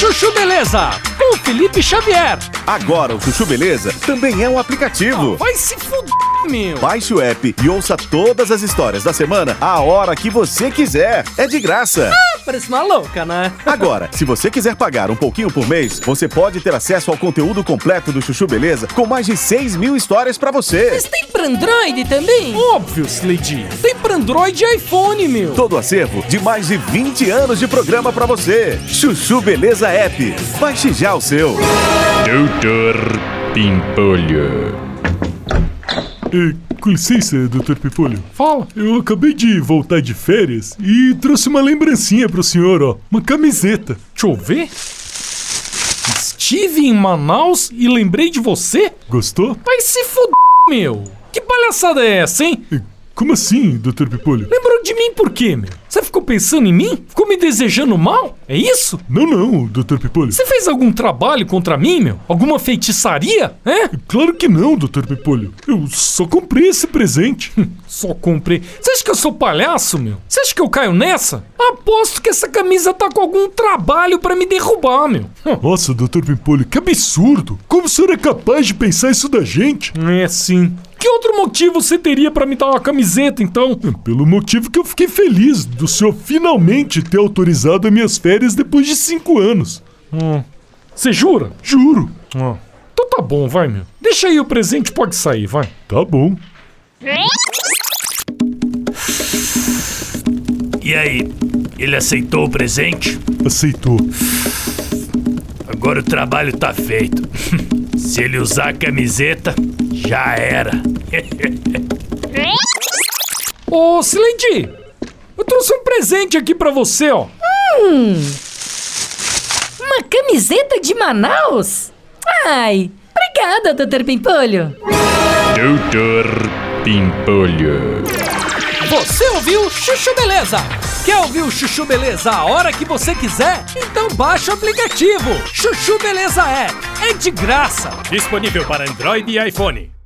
Chuchu Beleza, com Felipe Xavier. Agora o Chuchu Beleza também é um aplicativo. Vai se fuder, meu. Baixe o app e ouça todas as histórias da semana a hora que você quiser. É de graça. Parece uma louca, né? Agora, se você quiser pagar um pouquinho por mês, você pode ter acesso ao conteúdo completo do Chuchu Beleza com mais de 6 mil histórias pra você. Mas tem pra Android também? Óbvio, Slade. Tem pra Android e iPhone, meu. Todo o acervo de mais de 20 anos de programa pra você. Chuchu Beleza App. Baixe já o seu. Doutor Pimpolho. É, com licença, Dr. Pimpolho. Fala. Eu acabei de voltar de férias e trouxe uma lembrancinha pro senhor, ó. Uma camiseta. Deixa eu ver. Estive em Manaus e lembrei de você? Gostou? Vai se fuder, meu. Que palhaçada é essa, hein? É, como assim, Dr. Pimpolho? Lembrou de mim por quê, meu? Você ficou pensando em mim? Ficou me desejando mal? É isso? Não, não, Dr. Pimpolho. Você fez algum trabalho contra mim, meu? Alguma feitiçaria? É? Claro que não, Dr. Pimpolho. Eu só comprei esse presente. Hum, Só comprei. Você acha que eu sou palhaço, meu? Você acha que eu caio nessa? Aposto que essa camisa tá com algum trabalho pra me derrubar, meu. Hum. Nossa, Dr. Pimpolho, que absurdo! Como o senhor é capaz de pensar isso da gente? É sim. Que outro motivo você teria pra me dar uma camiseta, então? Hum, Pelo motivo que eu fiquei feliz do senhor finalmente ter autorizado as minhas férias depois de cinco anos. Você jura? Juro. Então tá bom, vai, meu. Deixa aí o presente, pode sair, vai. Tá bom. E aí, ele aceitou o presente? Aceitou. Agora o trabalho tá feito. Se ele usar a camiseta, já era. Ô, Silente, eu trouxe um presente aqui pra você, ó. Uma camiseta de Manaus? Ai, obrigada, Dr. Pimpolho. Doutor Pimpolho. Você ouviu Chuchu Beleza? Quer ouvir o Chuchu Beleza a hora que você quiser? Então baixa o aplicativo. Chuchu Beleza é. É de graça. Disponível para Android e iPhone.